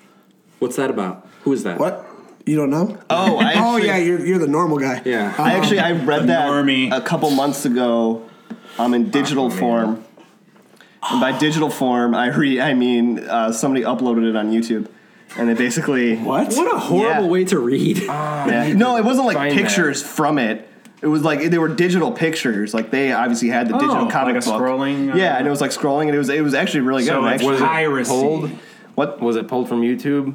Speaker 5: What's that about? Who is that?
Speaker 4: What? You don't know?
Speaker 1: Oh, I
Speaker 4: oh
Speaker 1: actually-
Speaker 4: yeah, you're you're the normal guy. Um,
Speaker 5: Yeah.
Speaker 3: Um,
Speaker 1: I actually I read
Speaker 3: the
Speaker 1: that
Speaker 3: normie.
Speaker 1: a couple months ago, um, in digital form. And by digital form, I re I mean uh, somebody uploaded it on YouTube, and it basically
Speaker 4: What?
Speaker 5: What a horrible
Speaker 1: Yeah.
Speaker 5: way to read.
Speaker 2: Ah,
Speaker 1: Yeah. No, it wasn't like
Speaker 2: find that.
Speaker 1: pictures from it. It was like they were digital pictures. Like they obviously had the digital
Speaker 3: Oh,
Speaker 1: comic
Speaker 3: like a
Speaker 1: book.
Speaker 3: scrolling, uh,
Speaker 1: yeah, and it was like scrolling, and it was it was actually really good.
Speaker 3: So
Speaker 1: and
Speaker 3: it
Speaker 1: actually,
Speaker 3: was- Piracy.
Speaker 2: pulled?
Speaker 1: what
Speaker 2: Was it pulled from YouTube?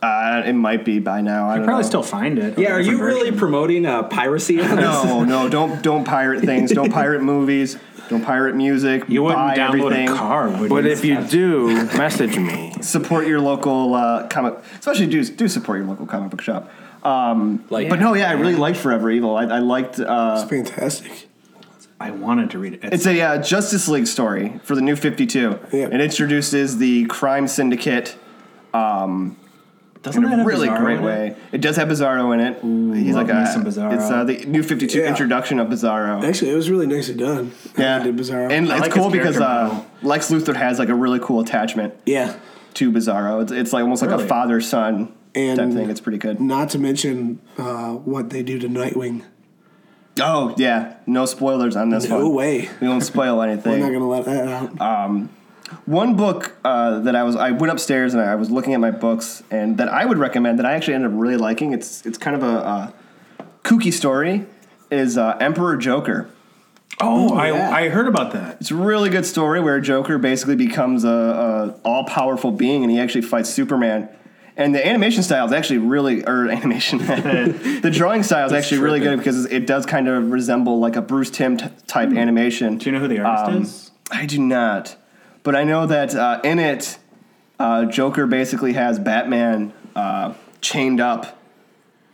Speaker 1: uh, it might be by now. I don't
Speaker 3: Probably
Speaker 1: know.
Speaker 3: still find it.
Speaker 5: yeah, are you really
Speaker 3: Different version.
Speaker 5: promoting uh, piracy on this?
Speaker 1: No, no, don't don't pirate things. Don't pirate movies. Don't pirate music.
Speaker 3: You wouldn't
Speaker 1: buy
Speaker 3: download
Speaker 1: everything.
Speaker 3: a car, would
Speaker 2: But
Speaker 3: you?
Speaker 2: if you do, message me.
Speaker 1: Support your local uh, comic, especially do do support your local comic book shop. Um,
Speaker 5: Like-
Speaker 1: but no, yeah, I really liked Forever Evil. I, I liked. Uh,
Speaker 4: That's fantastic.
Speaker 3: I wanted to read it.
Speaker 1: It's a uh, Justice League story for the new 52.
Speaker 4: Yeah.
Speaker 1: It introduces the crime syndicate in
Speaker 3: doesn't
Speaker 1: a
Speaker 3: have
Speaker 1: really
Speaker 3: Bizarro
Speaker 1: great
Speaker 3: in it?
Speaker 1: way. It does have Bizarro in it. He's
Speaker 3: love
Speaker 1: like
Speaker 3: me
Speaker 1: a,
Speaker 3: some Bizarro.
Speaker 1: It's uh, the new 52
Speaker 4: Yeah.
Speaker 1: introduction of Bizarro.
Speaker 4: Actually, it was really nicely done. how
Speaker 1: Yeah.
Speaker 4: they Did Bizarro.
Speaker 1: And
Speaker 3: I
Speaker 1: it's
Speaker 3: like
Speaker 1: cool
Speaker 3: his
Speaker 1: because
Speaker 3: character
Speaker 1: uh,
Speaker 3: model.
Speaker 1: Lex Luthor has like a really cool attachment
Speaker 4: yeah.
Speaker 1: to Bizarro. It's, it's like almost like a
Speaker 3: Really?
Speaker 1: father son type
Speaker 4: And-
Speaker 1: thing. It's pretty good.
Speaker 4: Not to mention uh, what they do to Nightwing.
Speaker 1: Oh, yeah. No spoilers on this
Speaker 4: No
Speaker 1: one.
Speaker 4: way.
Speaker 1: We won't spoil
Speaker 4: We're
Speaker 1: anything.
Speaker 4: not gonna let that out.
Speaker 1: Uh, one book uh, that I was I went upstairs and I was looking at my books and that I would recommend that I actually ended up really liking. It's it's kind of a, uh kooky story. Is uh, Emperor Joker.
Speaker 3: Oh, I,
Speaker 4: yeah.
Speaker 3: I heard about that.
Speaker 1: It's a really good story where Joker basically becomes a, a all powerful being and he actually fights Superman. And the animation style is actually really, or animation, the drawing style is actually really good because it does kind of resemble like a Bruce Timm t- type
Speaker 4: Hmm.
Speaker 1: animation.
Speaker 3: Do you know who the artist
Speaker 1: Um,
Speaker 3: is?
Speaker 1: I do not, but I know that uh, in it, uh, Joker basically has Batman uh, chained up,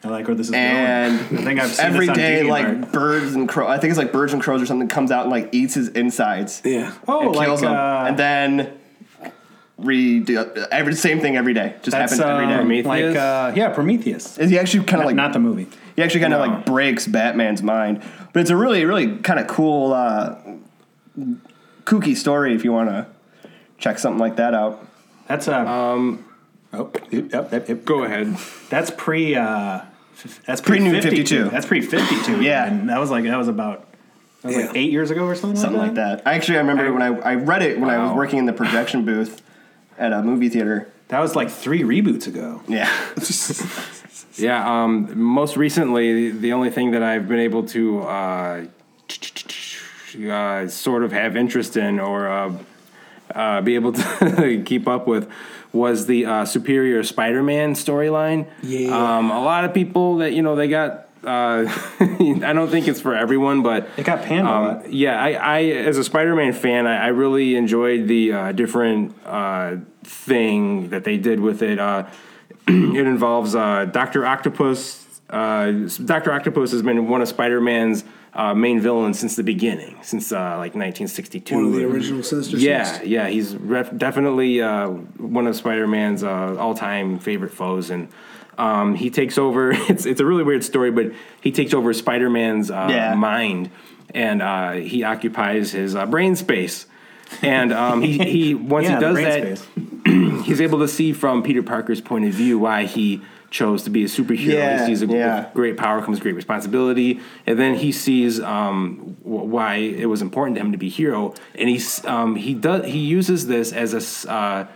Speaker 3: I like where this is
Speaker 1: and
Speaker 3: going. I think I've seen
Speaker 1: every
Speaker 3: this on
Speaker 1: day
Speaker 3: DeviantArt.
Speaker 1: like birds and crow. I think it's like birds and crows or something comes out and like eats his insides.
Speaker 4: yeah.
Speaker 3: oh,
Speaker 1: and kills
Speaker 3: like,
Speaker 1: him,
Speaker 3: uh,
Speaker 1: and then redo every same thing every day. Just
Speaker 3: that's
Speaker 1: happens every
Speaker 3: um,
Speaker 1: day.
Speaker 2: Prometheus?
Speaker 3: like uh, yeah, Prometheus.
Speaker 1: Is he actually kind of like
Speaker 3: Not the movie.
Speaker 1: He actually kind of
Speaker 2: No.
Speaker 1: like breaks Batman's mind, but it's a really, really kind of cool, uh, kooky story. If you want to check something like that out,
Speaker 3: That's uh, oh, yep, yep, yep, yep.
Speaker 2: Go ahead.
Speaker 3: That's pre. Uh, f- that's
Speaker 1: Pre
Speaker 3: pre
Speaker 1: New
Speaker 3: 52.
Speaker 1: 52.
Speaker 3: That's pre fifty two.
Speaker 1: Yeah.
Speaker 3: and that was like that was about that was like
Speaker 4: Yeah.
Speaker 3: eight years ago or something.
Speaker 1: something like that. I actually I remember when I, I read it when I was
Speaker 2: Wow.
Speaker 1: working in the projection booth at a movie theater.
Speaker 3: That was like three reboots ago.
Speaker 1: Yeah,
Speaker 2: Yeah. Um, most recently, the only thing that I've been able to uh, uh, sort of have interest in or uh, uh, be able to keep up with was the uh, Superior Spider-Man storyline.
Speaker 4: Yeah.
Speaker 2: Um, a lot of people that you know they got. Uh, I don't think it's for everyone, but
Speaker 3: It got panned a
Speaker 2: um,
Speaker 3: lot.
Speaker 2: yeah, I, I as a Spider-Man fan, I, I really enjoyed the uh, different uh, thing that they did with it. Uh, it involves uh, Doctor Octopus. Uh, Doctor Octopus has been one of Spider-Man's uh, main villains since the beginning, since uh, like 1962.
Speaker 4: One of the original Sinister
Speaker 2: Yeah,
Speaker 4: Six.
Speaker 2: yeah, he's ref- definitely uh, one of Spider-Man's uh, all-time favorite foes, and um, he takes over. It's it's a really weird story, but he takes over Spider-Man's uh,
Speaker 1: Yeah.
Speaker 2: mind, and uh, he occupies his uh, brain space. And um, he, he once he
Speaker 3: Yeah, the
Speaker 2: does
Speaker 3: brain
Speaker 2: that,
Speaker 3: space.
Speaker 2: he's able to see from Peter Parker's point of view why he chose to be a superhero.
Speaker 1: Yeah,
Speaker 2: he sees a
Speaker 1: yeah.
Speaker 2: with great power comes great responsibility, and then he sees um, wh- why it was important to him to be a hero, and he's um, he does he uses this as a s- uh,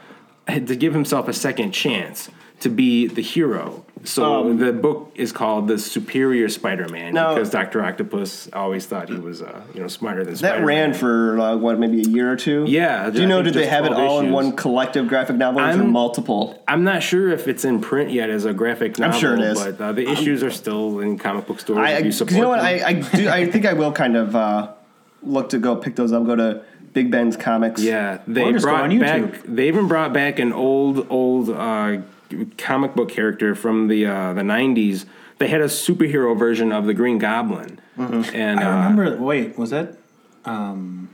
Speaker 2: to give himself a second chance to be the hero. So the book is called the Superior Spider-Man
Speaker 1: Um, Now-
Speaker 2: because Doctor Octopus always thought he was uh, you know smarter than
Speaker 1: That
Speaker 2: Spider-Man.
Speaker 1: ran for uh, what, maybe a year or two.
Speaker 2: Yeah,
Speaker 1: Do you
Speaker 2: I
Speaker 1: know? Did
Speaker 2: think
Speaker 1: they
Speaker 2: just
Speaker 1: have it
Speaker 2: 12
Speaker 1: all in
Speaker 2: issues.
Speaker 1: one collective graphic novel, or is there
Speaker 2: I'm-
Speaker 1: multiple?
Speaker 2: I'm not sure if it's in print yet as a graphic novel.
Speaker 1: sure it is.
Speaker 2: But uh, the issues are still in comic book stores.
Speaker 1: I,
Speaker 2: if you
Speaker 1: 'cause
Speaker 2: support
Speaker 1: you know what? I,
Speaker 2: them.
Speaker 1: I do. I think I will kind of uh, look to go pick those up. Go to Big Ben's Comics.
Speaker 2: yeah, they
Speaker 3: Or just go
Speaker 2: brought
Speaker 3: on YouTube.
Speaker 2: back. They even brought back an old old uh, comic book character from the uh, the '90s. They had a superhero version of the Green Goblin,
Speaker 1: Mm-hmm.
Speaker 2: and
Speaker 3: I
Speaker 2: uh,
Speaker 3: remember. Wait, was that um,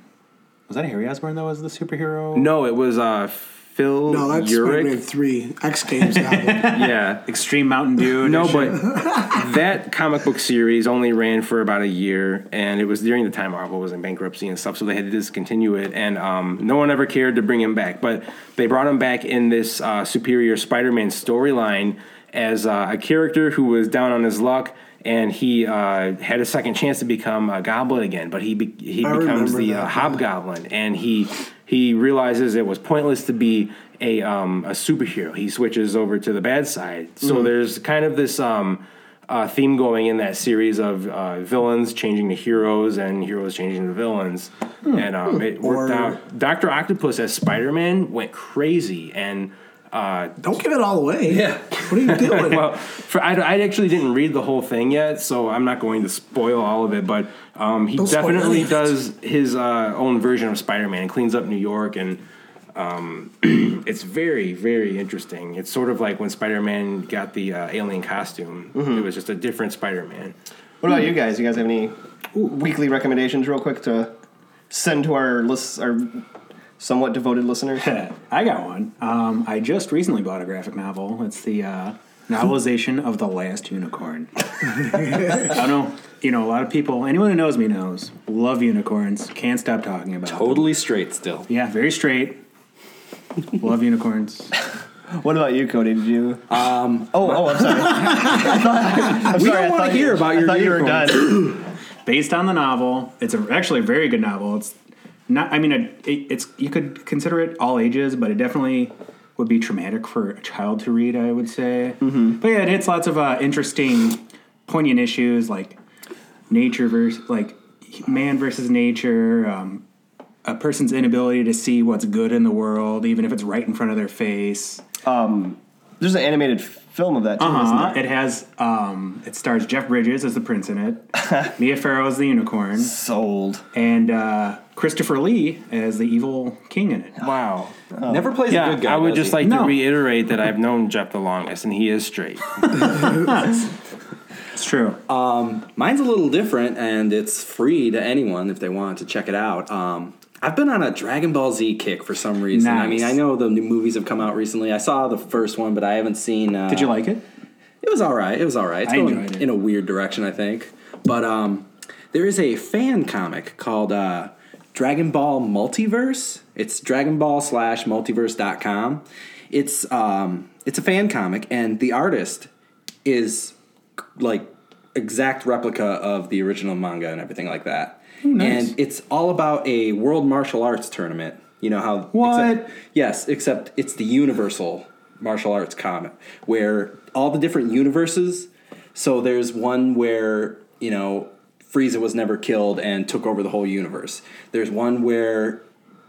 Speaker 3: was that Harry Osborn that was the superhero?
Speaker 2: no, it was uh, Phil
Speaker 4: No, that's Spider Man
Speaker 2: Urich.
Speaker 4: 3, X Games album.
Speaker 2: Yeah,
Speaker 3: Extreme Mountain Dew.
Speaker 2: No,
Speaker 3: edition.
Speaker 2: but that comic book series only ran for about a year, and it was during the time Marvel was in bankruptcy and stuff, so they had to discontinue it. And um, no one ever cared to bring him back, but they brought him back in this uh, Superior Spider-Man storyline as uh, a character who was down on his luck. And he uh, had a second chance to become a goblin again, but he be- he
Speaker 4: I
Speaker 2: becomes
Speaker 4: remember
Speaker 2: the
Speaker 4: that,
Speaker 2: uh,
Speaker 4: yeah.
Speaker 2: hobgoblin, and he he realizes it was pointless to be a um, a superhero. He switches over to the bad side. So there's kind of this um, uh, theme going in that series of uh, villains changing to heroes and heroes changing to villains, and um, it worked
Speaker 4: Or-
Speaker 2: out. Doctor Octopus as Spider Man went crazy and. Uh,
Speaker 4: Don't give it all away. Yeah. What are you doing?
Speaker 2: well, Uh, for, I, I actually didn't read the whole thing yet, so I'm not going to spoil all of it. But um, he
Speaker 4: Don't spoil
Speaker 2: definitely
Speaker 4: it.
Speaker 2: does his uh, own version of Spider-Man and cleans up New York, and um, it's very, very interesting. It's sort of like when Spider-Man got the uh, alien costume;
Speaker 4: Mm-hmm.
Speaker 2: it was just a different Spider-Man.
Speaker 1: What about you guys? You guys have any weekly recommendations, real quick, to send to our lists, our somewhat devoted listeners?
Speaker 3: I got one. Um, I just recently bought a graphic novel. It's the uh, novelization of The Last Unicorn. I know, you know, a lot of people, anyone who knows me knows, love unicorns, can't stop talking about them.
Speaker 5: Totally straight still.
Speaker 3: Yeah, very straight. love unicorns.
Speaker 1: what about you, Cody? Did you? Um, oh, oh, I'm sorry. I thought, I'm
Speaker 5: We
Speaker 1: sorry, I
Speaker 5: don't want
Speaker 1: thought
Speaker 5: to hear
Speaker 1: you-
Speaker 5: about
Speaker 1: I
Speaker 5: your
Speaker 1: thought you were
Speaker 5: unicorn.
Speaker 1: done.
Speaker 3: Based on the novel, it's a, actually a very good novel. It's not, I mean, it, it, it's you could consider it all ages, but it definitely would be traumatic for a child to read, I would say. But yeah, it hits lots of uh, interesting, poignant issues like nature versus like man versus nature um, a person's inability to see what's good in the world even if it's right in front of their face
Speaker 1: There's an animated film of that too, isn't
Speaker 3: uh-huh.
Speaker 1: there?
Speaker 3: it has um, it stars jeff bridges as the prince in it mia farrow as the unicorn
Speaker 1: Sold.
Speaker 3: and uh, christopher lee as the evil king in it
Speaker 2: Wow.
Speaker 5: Never plays a
Speaker 2: Yeah,
Speaker 5: good guy.
Speaker 2: I would
Speaker 5: does
Speaker 2: just
Speaker 5: he?
Speaker 2: like
Speaker 3: No.
Speaker 2: to reiterate that I've known Jeff the longest, and he is straight.
Speaker 3: it's true
Speaker 5: Mine's a little different, and it's free to anyone if they want to check it out. Um, I've been on a Dragon Ball Z kick for some reason. I mean,
Speaker 3: Nice.
Speaker 5: I know the new movies have come out recently. I saw the first one, but I haven't seen. Uh,
Speaker 3: did you like it
Speaker 5: It was all right. It was all right. It's
Speaker 3: I
Speaker 5: going
Speaker 3: enjoyed it.
Speaker 5: in a weird direction, I think. But um, there is a fan comic called uh, Dragon Ball Multiverse. It's Dragon Ball slash multiverse.com. It's um, it's a fan comic, and the artist is like exact replica of the original manga and everything like that. And it's all about a world martial arts tournament. You know how
Speaker 3: What?
Speaker 5: except- yes, except it's the universal martial arts comic where all the different universes. So there's one where you know Frieza was never killed and took over the whole universe. There's one where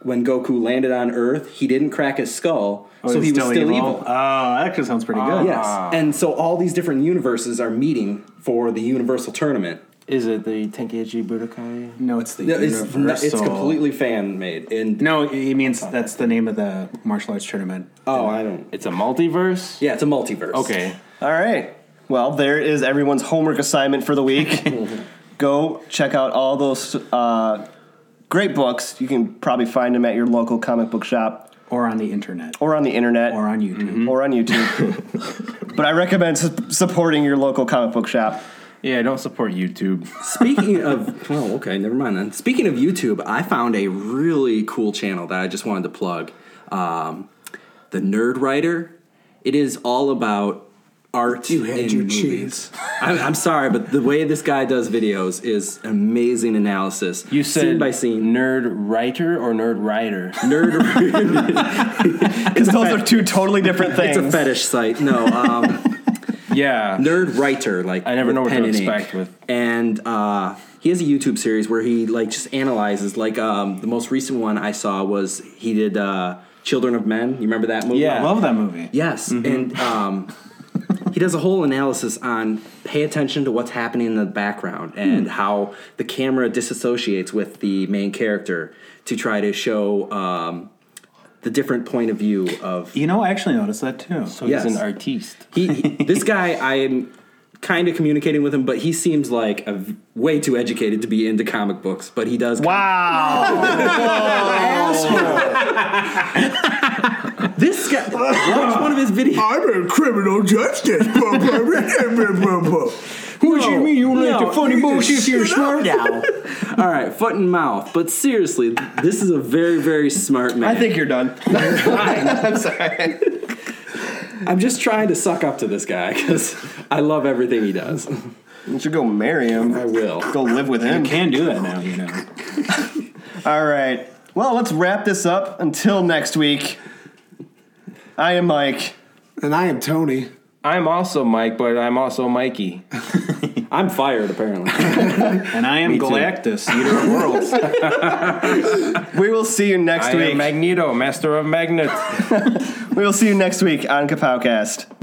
Speaker 5: when Goku landed on Earth, he didn't crack his skull, so he was still evil.
Speaker 3: oh that actually sounds pretty good
Speaker 5: Yes, and so all these different universes are meeting for the Universal Tournament.
Speaker 2: Is it the Tenkaichi Budokai?
Speaker 3: no it's the
Speaker 5: No, It's,
Speaker 3: universal
Speaker 5: it's completely fan made, and
Speaker 3: no he means that's the name of the martial arts tournament uh,
Speaker 5: oh, I don't.
Speaker 2: It's a multiverse.
Speaker 5: Yeah, it's a multiverse.
Speaker 2: Okay.
Speaker 1: All right. Well, there is everyone's homework assignment for the week. Go check out all those uh, great books. You can probably find them at your local comic book shop
Speaker 3: or on the internet
Speaker 1: or on the internet
Speaker 3: or on youtube
Speaker 1: or on YouTube. but I recommend su- supporting your local comic book shop.
Speaker 2: Yeah, don't support YouTube.
Speaker 5: Speaking of, well, okay, never mind then. Speaking of YouTube, I found a really cool channel that I just wanted to plug. Um, the Nerd Writer. It is all about art
Speaker 4: You had
Speaker 5: in
Speaker 4: your
Speaker 5: movies.
Speaker 4: cheese.
Speaker 5: I'm, I'm sorry, but the way this guy does videos is amazing analysis.
Speaker 2: You said
Speaker 5: scene by scene,
Speaker 2: nerd writer or nerd writer?
Speaker 5: nerd.
Speaker 1: Because those are two totally different things.
Speaker 5: it's a fetish site. No, um,
Speaker 2: yeah.
Speaker 5: nerd writer. Like
Speaker 2: I never
Speaker 5: with
Speaker 2: know what
Speaker 5: pen
Speaker 2: to
Speaker 5: and ink.
Speaker 2: expect with-
Speaker 5: And uh, he has a YouTube series where he like just analyzes. Like um, the most recent one I saw was he did uh, Children of Men. You remember that movie?
Speaker 2: Yeah. Mm-hmm.
Speaker 3: I love that movie.
Speaker 5: Yes, and um, he does a whole analysis on pay attention to what's happening in the background
Speaker 2: Hmm.
Speaker 5: and how the camera disassociates with the main character to try to show um, the different point of view of.
Speaker 3: You know, I actually noticed that too.
Speaker 2: So
Speaker 5: Yes.
Speaker 2: he's an artiste.
Speaker 5: He, this guy, I am kind of communicating with him, but he seems like a v- way too educated to be into comic books. But he does.
Speaker 1: wow.
Speaker 5: This guy, watch one of his videos.
Speaker 4: I'm in criminal justice. Blah, blah, blah, blah, blah, blah.
Speaker 5: What
Speaker 2: Oh, you mean you like the funny bullshit
Speaker 5: you're smart now? All right, foot and mouth. But seriously, this is a very, very smart man.
Speaker 1: I think you're done. I'm sorry.
Speaker 5: I'm just trying to suck up to this guy because I love everything he does.
Speaker 1: You should go marry him.
Speaker 5: I will.
Speaker 1: Go live with him.
Speaker 3: You can do that now, you know.
Speaker 1: All right. Well, let's wrap this up. Until next week. I am Mike.
Speaker 4: And I am Tony.
Speaker 2: I'm also Mike, but I'm also Mikey.
Speaker 5: I'm fired, apparently.
Speaker 3: And I am Galactus, Eater of Worlds.
Speaker 1: We will see you next
Speaker 2: I am
Speaker 1: week.
Speaker 2: Magneto, master of magnets.
Speaker 1: we will see you next week on Kapowcast.